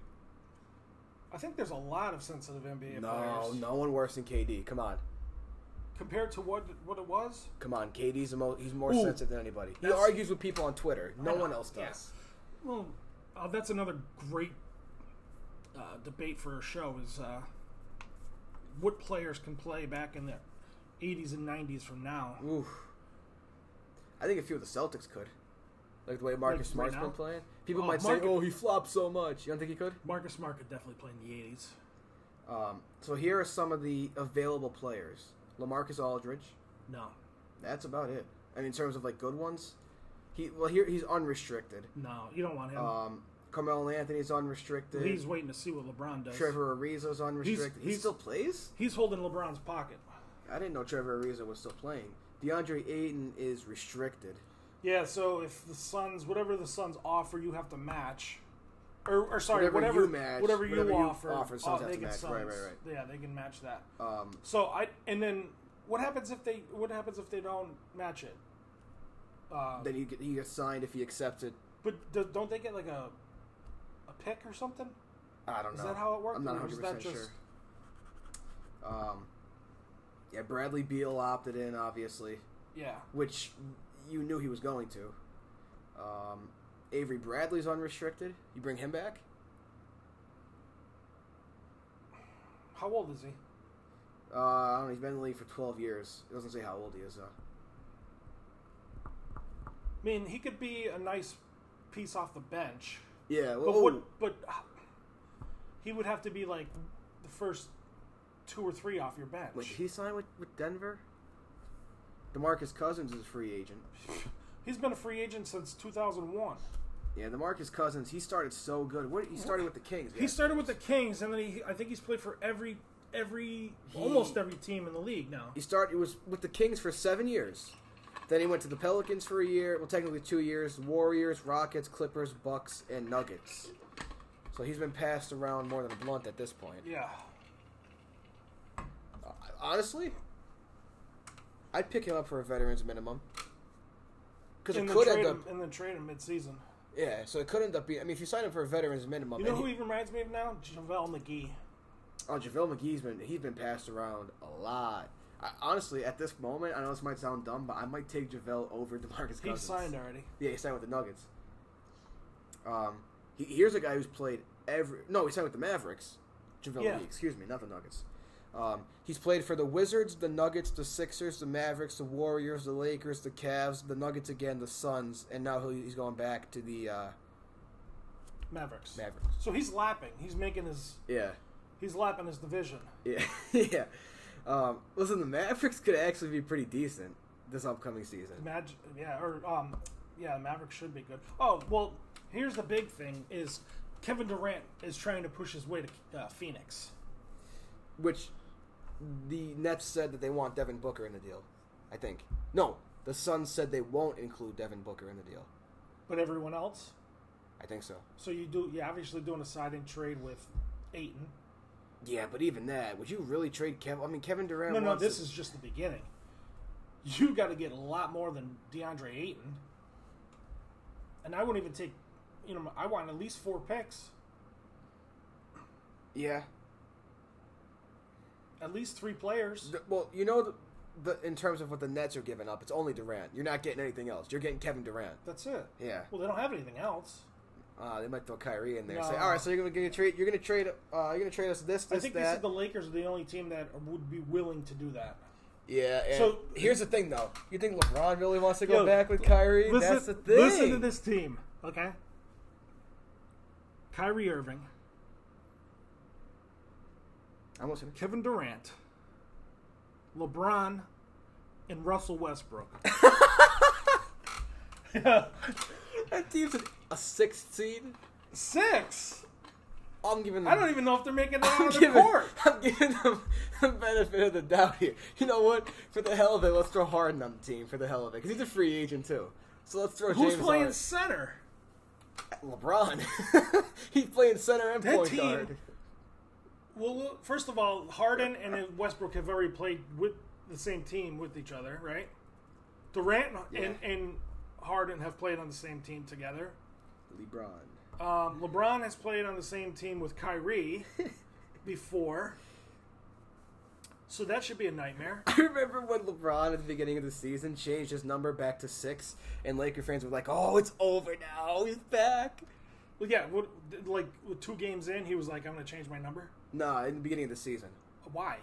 I think there's a lot of sensitive NBA
No,
players
no one worse than KD. Come on.
compared to what what it was.
Come on. KD's the most, he's more
Ooh.
sensitive than anybody. He
That's-
argues with people on Twitter. No
know.
one else does.
Yeah. Well, uh, that's another great uh, debate for a show is uh, what players can play back in the 80s and 90s from now.
Oof. I think a few of the Celtics could. Like the way Marcus
right
Smart's
now?
been playing. People
Oh,
might
Marcus-
say, oh, he flopped so much. You don't think he could?
Marcus Smart could definitely play in the 80s.
Um, so here are some of the available players: Lamarcus Aldridge.
No,
That's about it. And in terms of like good ones, he well here he's unrestricted.
no, you don't want him.
Um, Carmelo Anthony's unrestricted.
he's waiting to see what LeBron does.
Trevor Ariza's unrestricted. he
he's-
still plays?
He's holding LeBron's pocket.
I didn't know Trevor Ariza was still playing. DeAndre Ayton is restricted.
Yeah, so if the Suns, whatever the Suns offer, you have to match. Or, or sorry,
Whatever
whatever,
you match,
whatever you
whatever you
offer,
offer, Suns
oh,
have
they
to
can
match.
Suns,
Right, right, right.
Yeah, they can match that.
Um,
So I and then what happens if they what happens if they don't match it? Uh,
then he get- he gets signed if he accepts it.
but do, don't they get like a a pick or something?
I don't
Is
know.
that how it works?
I'm not
Or is
100
that
percent
just-
sure. Um, yeah, Bradley Beal opted in, obviously.
Yeah,
which you knew he was going to. Um, Avery Bradley's unrestricted. You bring him back?
how old is he?
Uh, I don't know. He's been in the league for 12 years. It doesn't say how old he is, though.
I mean, he could be a nice piece off the bench,
Yeah.
but
Well, oh, ooh,
what? But uh, he would have to be like the first two or three off your bench.
wait, did he sign with, with Denver? Demarcus Cousins is a free agent.
(laughs) He's been a free agent since 2001.
Yeah, Demarcus Cousins, he started so good. What, he started with the Kings.
He
yeah.
started with the Kings, and then he, I think he's played for every, every, almost every team in the league now.
He started. It was with the Kings for seven years. Then he went to the Pelicans for a year. Well, technically two years. Warriors, Rockets, Clippers, Bucks, and Nuggets. So he's been passed around more than a blunt at this point.
Yeah,
Uh, Honestly, I'd pick him up for a veteran's minimum. Because it
and then
could end
trade
up,
him, and then trade him mid-season.
yeah. So it could end up being. I mean, if you sign him for a veteran's minimum,
You know
Oh, and
who
he,
he reminds me of now? JaVale McGee.
oh, Javale McGee's been he's been passed around a lot. I, honestly, at this moment, I know this might sound dumb, but I might take Javale over (laughs) Demarcus Cousins.
He's signed already.
Yeah, he signed with the Nuggets. Um, he, here's a guy who's played every. No, he signed with the Mavericks. JaVale
Yeah.
McGee, excuse me, not the Nuggets. Um, he's played for the Wizards, the Nuggets, the Sixers, the Mavericks, the Warriors, the Lakers, the Cavs, the Nuggets again, the Suns, and now he'll- he's going back to the uh,
Mavericks.
Mavericks.
So he's lapping. He's making his
Yeah,
he's lapping his division.
yeah, (laughs) yeah. Um, listen, the Mavericks could actually be pretty decent this upcoming season.
Imagine, yeah, or um, yeah, Mavericks should be good. Oh well, here's the big thing: is Kevin Durant is trying to push his way to uh, Phoenix.
which the Nets said that they want Devin Booker in the deal. I think. No, the Suns said they won't include Devin Booker in the deal.
But everyone else,
I think so.
so you do, you're obviously doing a signing trade with Aiton.
Yeah, but even that, would you really trade Kevin? I mean, Kevin Durant.
No, no,
wants
this
to-
is just the beginning. You got to get a lot more than DeAndre Ayton, and I wouldn't even take. You know, I want at least four picks,
Yeah.
at least three players.
The- well, you know, the, the in terms of what the Nets are giving up, it's only Durant. You're not getting anything else. You're getting Kevin Durant.
That's it.
Yeah.
Well, they don't have anything else.
Uh, they might throw Kyrie in there. and Say,
No.
all right, so you're gonna, gonna trade. You're gonna trade. Uh, you're gonna trade us this, this,
I think
that.
they said the Lakers are the only team that would be willing to do that.
Yeah. And so
So-
here's the thing, though. You think LeBron really wants to go
Yo,
back with Kyrie?
Listen,
That's the thing.
listen to this team, okay? Kyrie Irving,
I almost hit it.
Kevin Durant, LeBron, and Russell
(laughs)
Westbrook.
That team's an- a sixth seed.
Six.
I'm giving. Them,
I don't even know if they're making it
(laughs)
out
I'm
of the
giving,
court.
I'm giving them the benefit of the doubt here. You know what? For the hell of it, let's throw Harden on the team. For the hell of it, because he's a free agent too. So let's throw
Who's
James
playing
on it.
center?
LeBron. (laughs) he's playing center and
That
point
team-
guard.
Well, well, first of all, Harden and Westbrook have already played with the same team with each other, right? Durant and,
Yeah.
and Harden have played on the same team together.
LeBron. (laughs)
Um, LeBron has played on the same team with Kyrie before. So that should be a nightmare.
I remember when LeBron at the beginning of the season changed his number back to six, and Laker fans were like, "Oh, it's over now. He's back."
Well, yeah, what, like with two games in, he was like, I'm going to change my number.
Nah, in the beginning of the season.
Why?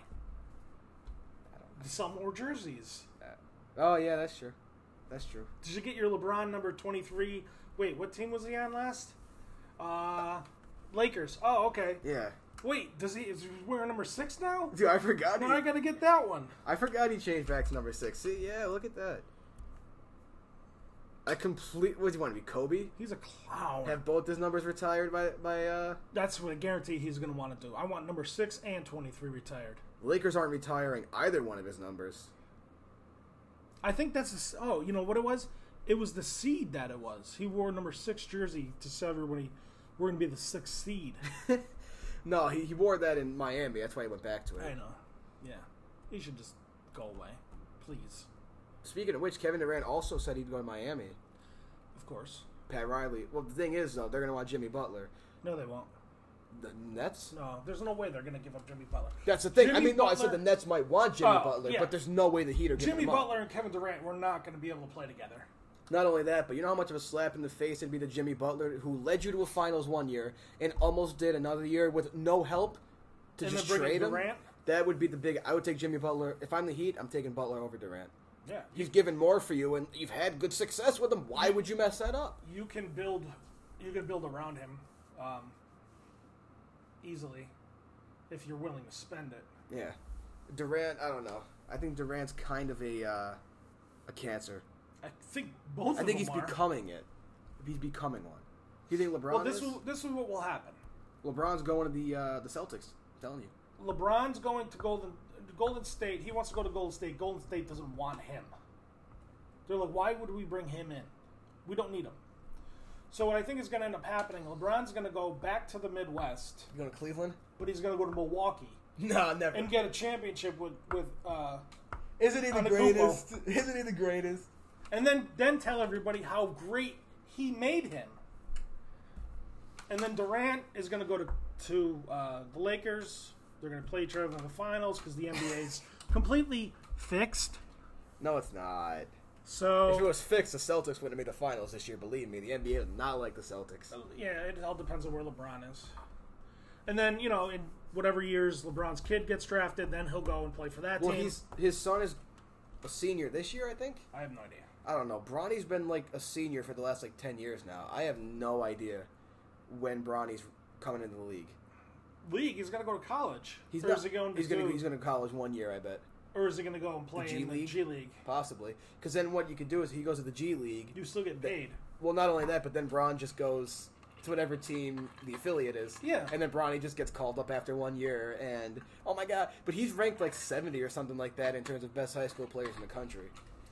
Sell more jerseys.
Uh, oh yeah, that's true. That's true.
Did you get your LeBron number 23? Wait, what team was he on last? Uh, Lakers. Oh, okay.
Yeah,
Wait, does he is he wearing number six now?
(laughs) dude, I forgot.
Now
he-
I gotta get that one.
I forgot he changed back to number six. See, yeah, look at that. I complete. What do you want to be, Kobe?
He's a clown.
Have both his numbers retired by by uh,
That's what I guarantee he's gonna want to do. I want number six and 23 retired.
Lakers aren't retiring either one of his numbers. (laughs)
I think that's a s oh, you know what it was? It was the seed that it was. He wore number six jersey to sever when he we're gonna be the sixth seed.
no, he, he wore that in Miami. That's why he went back to it.
I know. Yeah, he should just go away, please.
Speaking of which, Kevin Durant also said he'd go to Miami.
Of course.
Pat Riley. Well, the thing is though, they're gonna want Jimmy Butler.
No, they won't.
The Nets.
No, there's no way they're gonna give up Jimmy Butler.
That's the thing. I
Jimmy
mean, no, I said
Butler-
the Nets might want Jimmy
Oh,
Butler,
yeah.
but there's no way the Heat are giving
Jimmy
him up.
Butler and Kevin Durant were not going to be able to play together.
Not only that, but you know how much of a slap in the face it'd be to Jimmy Butler, who led you to a finals one year and almost did another year with no help to
And
just
they're bringing
trade him.
Durant?
That would be the big. I would take Jimmy Butler if I'm the Heat. I'm taking Butler over Durant.
Yeah, you,
He's given more for you, and you've had good success with him. Why would you mess that up?
you can build, you can build around him um, easily if you're willing to spend it.
Yeah, Durant. I don't know. I think Durant's kind of a uh, a cancer.
I think both.
I
of
think
them
he's
are.
becoming it. He's becoming one. You think LeBron?
Well, this
is?
is this is what will happen.
LeBron's going to the uh, the Celtics. I'm telling you.
LeBron's going to Golden Golden State. He wants to go to Golden State. Golden State doesn't want him. They're like, why would we bring him in? We don't need him. So what I think is going to end up happening, LeBron's going to go back to the Midwest,
You going to Cleveland? (laughs)
but he's going to go to Milwaukee.
No, never.
and get a championship with with uh,
Isn't he
On a Google.
Isn't he the greatest?
and then then tell everybody how great he made him. And then Durant is going to go to to uh, the Lakers. They're going to play each other in the finals because the NBA's completely fixed.
No, it's not. If it
So
was fixed, the Celtics wouldn't have made the finals
Oh,
this year. Believe me, the NBA is not like the Celtics.
yeah, it all depends on where LeBron is. And then you know, in whatever years LeBron's kid gets drafted, then he'll go and play for that
Well,
team.
he's his son is a senior this year, I think.
I have no idea.
I don't know. Bronny's been like a senior for the last like ten years now. I have no idea when Bronny's coming into the league.
League, he's gonna go to college.
He's
or
not.
is he going to
he's
do,
gonna he's gonna college one year, I bet,
or is he gonna go and play
G
in the
League?
G League?
possibly. Because then what you could do is he goes to the G League.
You still get paid.
Well, not only that, but then Bron just goes to whatever team the affiliate is.
Yeah.
And then Bronny just gets called up after one year, and oh my god! But he's ranked like seventy or something like that in terms of best high school players in the country,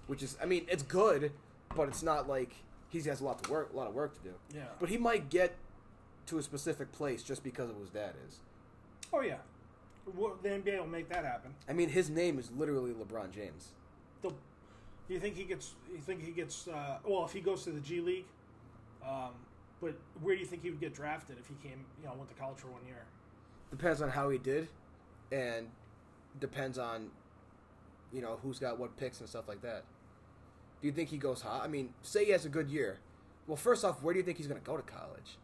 which is I mean it's good, but it's not like he has a lot to work, a lot of work to do.
Yeah.
But he might get to a specific place just because of what his dad is.
Oh yeah, Well, the NBA will make that happen.
I mean, his name is literally LeBron James.
They'll, you think he gets? You think he gets? Uh, well, if he goes to the G League, um, but where do you think he would get drafted if he came? You know, went to college for one year.
depends on how he did, and depends on you know who's got what picks and stuff like that. Do you think he goes high? I mean, say he has a good year. Well, first off, where do you think he's going to go to college?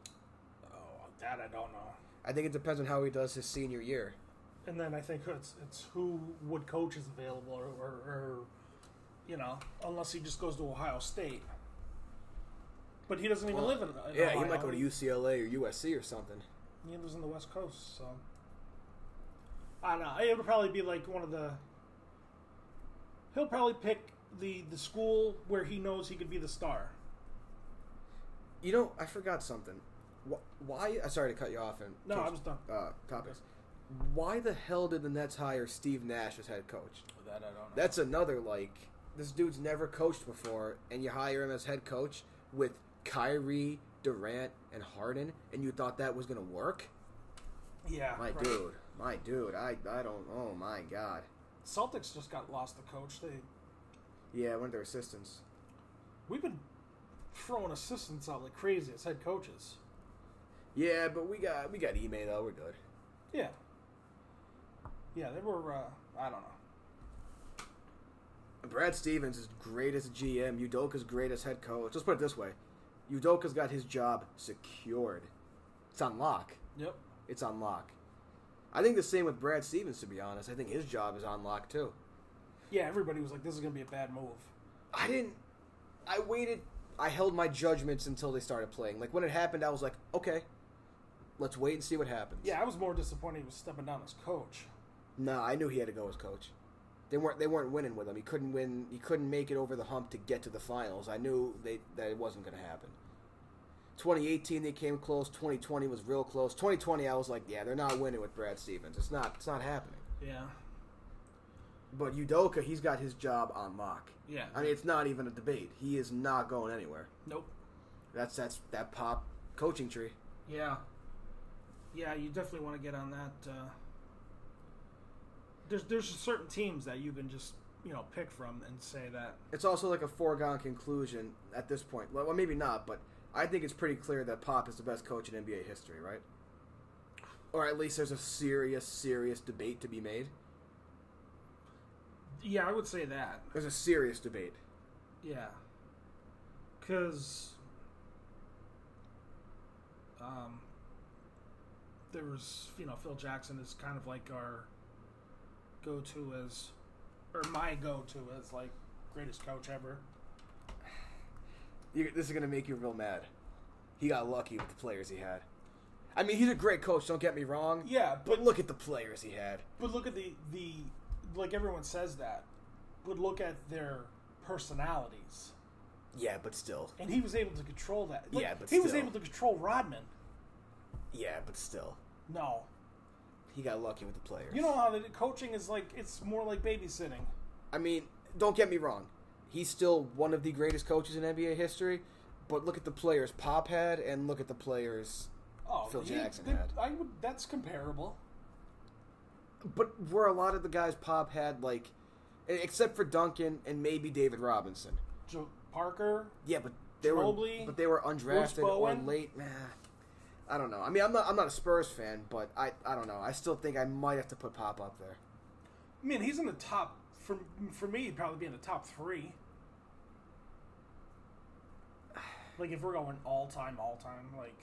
Oh, that I don't know.
I think it depends on how he does his senior year.
And then I think it's it's who what coach is available or, or, or you know unless he just goes to Ohio State. But he doesn't even live in. in
Yeah, he
Ohio.
might go to UCLA or USC or something.
He lives on the West Coast, so I don't know. It would probably be like one of the. He'll probably pick the the school where he knows he could be the star.
You know, I forgot something. Wh- Why? I sorry to cut you off and
No,
change,
I was done.
uh, topics. Why the hell did the Nets hire Steve Nash as head coach?
That I don't know.
That's another like this dude's never coached before, and you hire him as head coach with Kyrie, Durant, and Harden, and you thought that was gonna work?
yeah,
My
right.
dude, my dude, I I don't. Oh my god.
Celtics just got lost the coach. They
Yeah, one of their assistants.
we've been throwing assistants out like crazy as head coaches.
Yeah, but we got we got Ime though. We're good.
Yeah, yeah, they were. Uh, I don't know.
Brad Stevens is great as a GM. Udoka's great as head coach. Let's put it this way: Udoka's got his job secured. It's on lock.
Yep.
It's on lock. I think the same with Brad Stevens. To be honest, I think his job is on lock too.
Yeah, everybody was like, "This is gonna be a bad move."
I didn't. I waited. I held my judgments until they started playing. Like when it happened, I was like, okay, let's wait and see what happens.
Yeah, I was more disappointed he was stepping down as coach.
No, I knew he had to go as coach. They weren't. They weren't winning with him. He couldn't win. He couldn't make it over the hump to get to the finals. I knew they that it wasn't going to happen. 2018 they came close. 2020 was real close. 2020 I was like, yeah, they're not winning with Brad Stevens. It's not. It's not happening.
Yeah.
But Udoka, he's got his job on lock.
Yeah.
I mean, it's not even a debate. He is not going anywhere.
Nope.
That's that's that pop coaching tree.
Yeah. Yeah, you definitely want to get on that. Uh, there's there's certain teams that you can just you know pick from and say that.
It's also like a foregone conclusion at this point. Well, maybe not, but I think it's pretty clear that Pop is the best coach in NBA history, right? Or at least there's a serious, serious debate to be made.
Yeah, I would say that.
There's a serious debate.
Yeah. Because um, there was you know Phil Jackson is kind of like our go-to as, or my go-to as like greatest coach ever.
You, this is gonna make you real mad. He got lucky with the players he had. I mean, he's a great coach. Don't get me wrong.
Yeah,
But look at the players he had.
But look at the the like everyone says that. But look at their personalities,
Yeah, but still.
and he was able to control that. Like,
Yeah, but
he was
still.
able to control Rodman.
Yeah, but still.
No,
He got lucky with the players.
you know how the coaching is like. It's more like babysitting.
I mean, don't get me wrong. He's still one of the greatest coaches in NBA history, but look at the players Pop had and look at the players.
Oh,
Phil
he-
Jackson
they-
had.
I would. That's comparable.
But where a lot of the guys Pop had, like, e-, except for Duncan and maybe David Robinson.
Jo- Parker.
Yeah, but they
Mobley,
were but they were undrafted or
Bowen.
late. Nah, I don't know. I mean, I'm not I'm not a Spurs fan, but I I don't know. I still think I might have to put Pop up there.
I mean, he's in the top. For for me, he'd probably be in the top three. Like if we're going all time, all time, like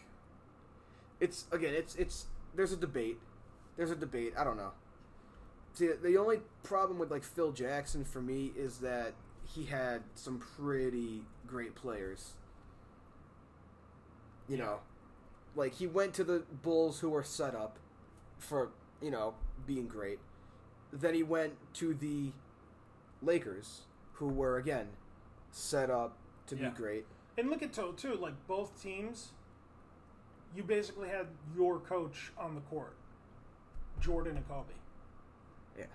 It's again, it's it's there's a debate. There's a debate. I don't know. See, the only problem with like Phil Jackson for me is that he had some pretty great players. You know, like he went to the Bulls who were set up for, you know, being great. Then he went to the Lakers who were again set up to
Yeah.
be great.
And look at Toe too. Like both teams, you basically had your coach on the court, Jordan and Kobe.
Yeah.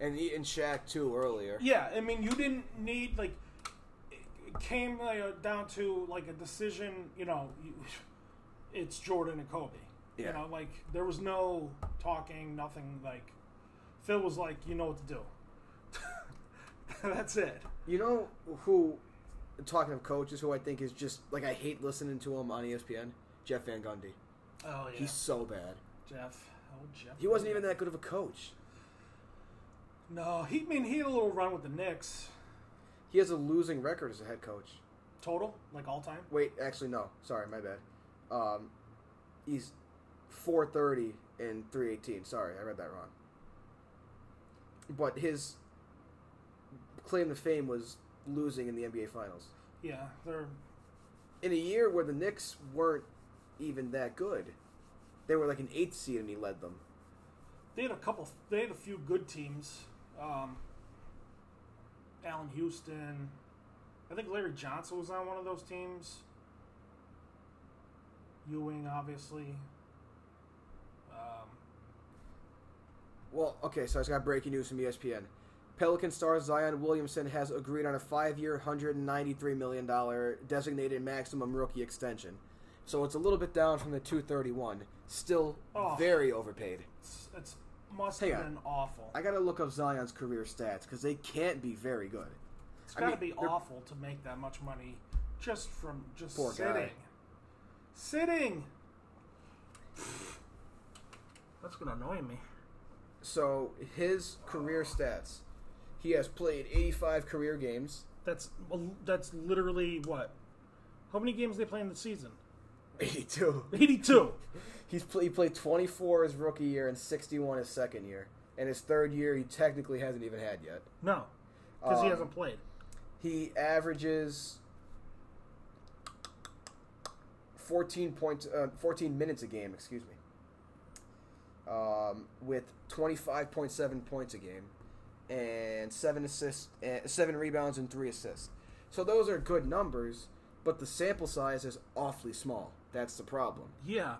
And eating Shaq too earlier.
Yeah, I mean, you didn't need like it came like, uh, down to like a decision. You know, you, (laughs) it's Jordan and Kobe. You
Yeah.
know, like there was no talking, nothing. Like Phil was like, you know what to do. (laughs) That's it.
You know who, talking of coaches, who I think is just like I hate listening to him on E ESPN. Jeff Van Gundy.
Oh yeah,
He's so bad.
Jeff. Oh Jeff.
He wasn't even that good of a coach.
No, he I mean he had a little run with the Knicks.
He has a losing record as a head coach.
Total, like all time.
Wait, actually no. Sorry, my bad. Um, he's four thirty and three eighteen. Sorry, I read that wrong. But his claim to fame was losing in the NBA Finals
Yeah, they're
in a year where the Knicks weren't even that good. They were like an eighth seed, and he led them.
they had a couple. They had a few good teams. Um, Allen Houston. I think Larry Johnson was on one of those teams. Ewing, obviously. Um,
Well, okay, so I just got breaking news from E ESPN. Pelican star Zion Williamson has agreed on a five-year, $193 million designated maximum rookie extension. So it's a little bit down from the 231. Still
Oh.
very overpaid.
it's, it's must
Hang
have
on.
been awful.
uh, I gotta look up Zion's career stats because they can't be very good.
it's
I
got to
mean,
be
they're-
awful to make that much money just from just
Poor
sitting.
guy.
Sitting. That's gonna annoy me.
So his career stats: he has played 85 career games, (laughs)
That's that's literally what? How many games they play in the season? (laughs)
82.
Eighty-two.
He's pl- he played 24 his rookie year and 61 his second year, and his third year he technically hasn't even had yet.
No, because he
Um,
hasn't played.
He averages 14 points, uh, 14 minutes a game. Excuse me. Um, with 25.7 points a game, and seven assists, uh, seven rebounds, and three assists. So those are good numbers, but the sample size is awfully small. That's the problem.
Yeah.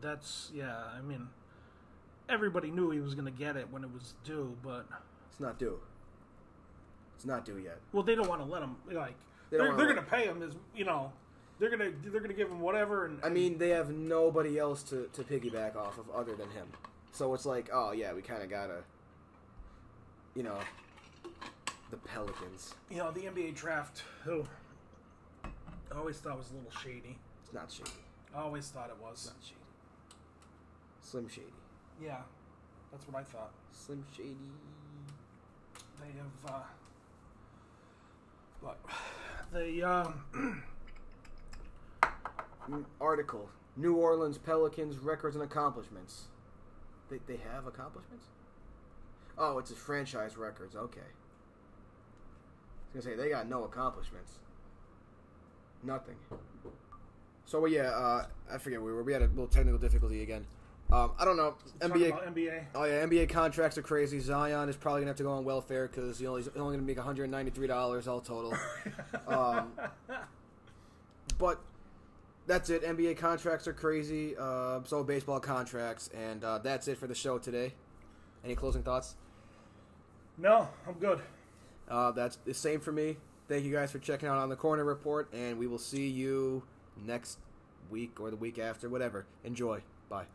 That's yeah. I mean, everybody knew he was gonna get it when it was due, but
It's not due. It's not due yet.
well, they don't want to let him. Like
They
they
don't
are
wanna
they're
let-
gonna pay him. Is you know, they're gonna they're gonna give him whatever. And
I mean, they have nobody else to, to piggyback off of other than him. So it's like, oh yeah, we kind of gotta, you know, the Pelicans.
you know, the NBA draft. Who I always thought was a little shady.
It's not shady.
I always thought it was.
Not shady. Slim shady.
Yeah, that's what I thought.
Slim shady.
they have uh, what they um,
Mm, Article: New Orleans Pelicans records and accomplishments. They they have accomplishments. Oh, it's a franchise records. Okay. I was gonna say they got no accomplishments. Nothing. So yeah, uh, I forget where we were. We had a little technical difficulty again. Um, I don't know.
NBA
NBA.
NBA.
Oh yeah, NBA contracts are crazy. Zion is probably gonna have to go on welfare because he only, he's only gonna make one hundred ninety three dollars all
(laughs)
total. um, but that's it. NBA contracts are crazy. Uh, so are baseball contracts, and uh, that's it for the show today. Any closing thoughts?
No, I'm good.
Uh, that's the same for me. Thank you guys for checking out on the corner report, and we will see you next week or the week after, whatever. Enjoy. Bye.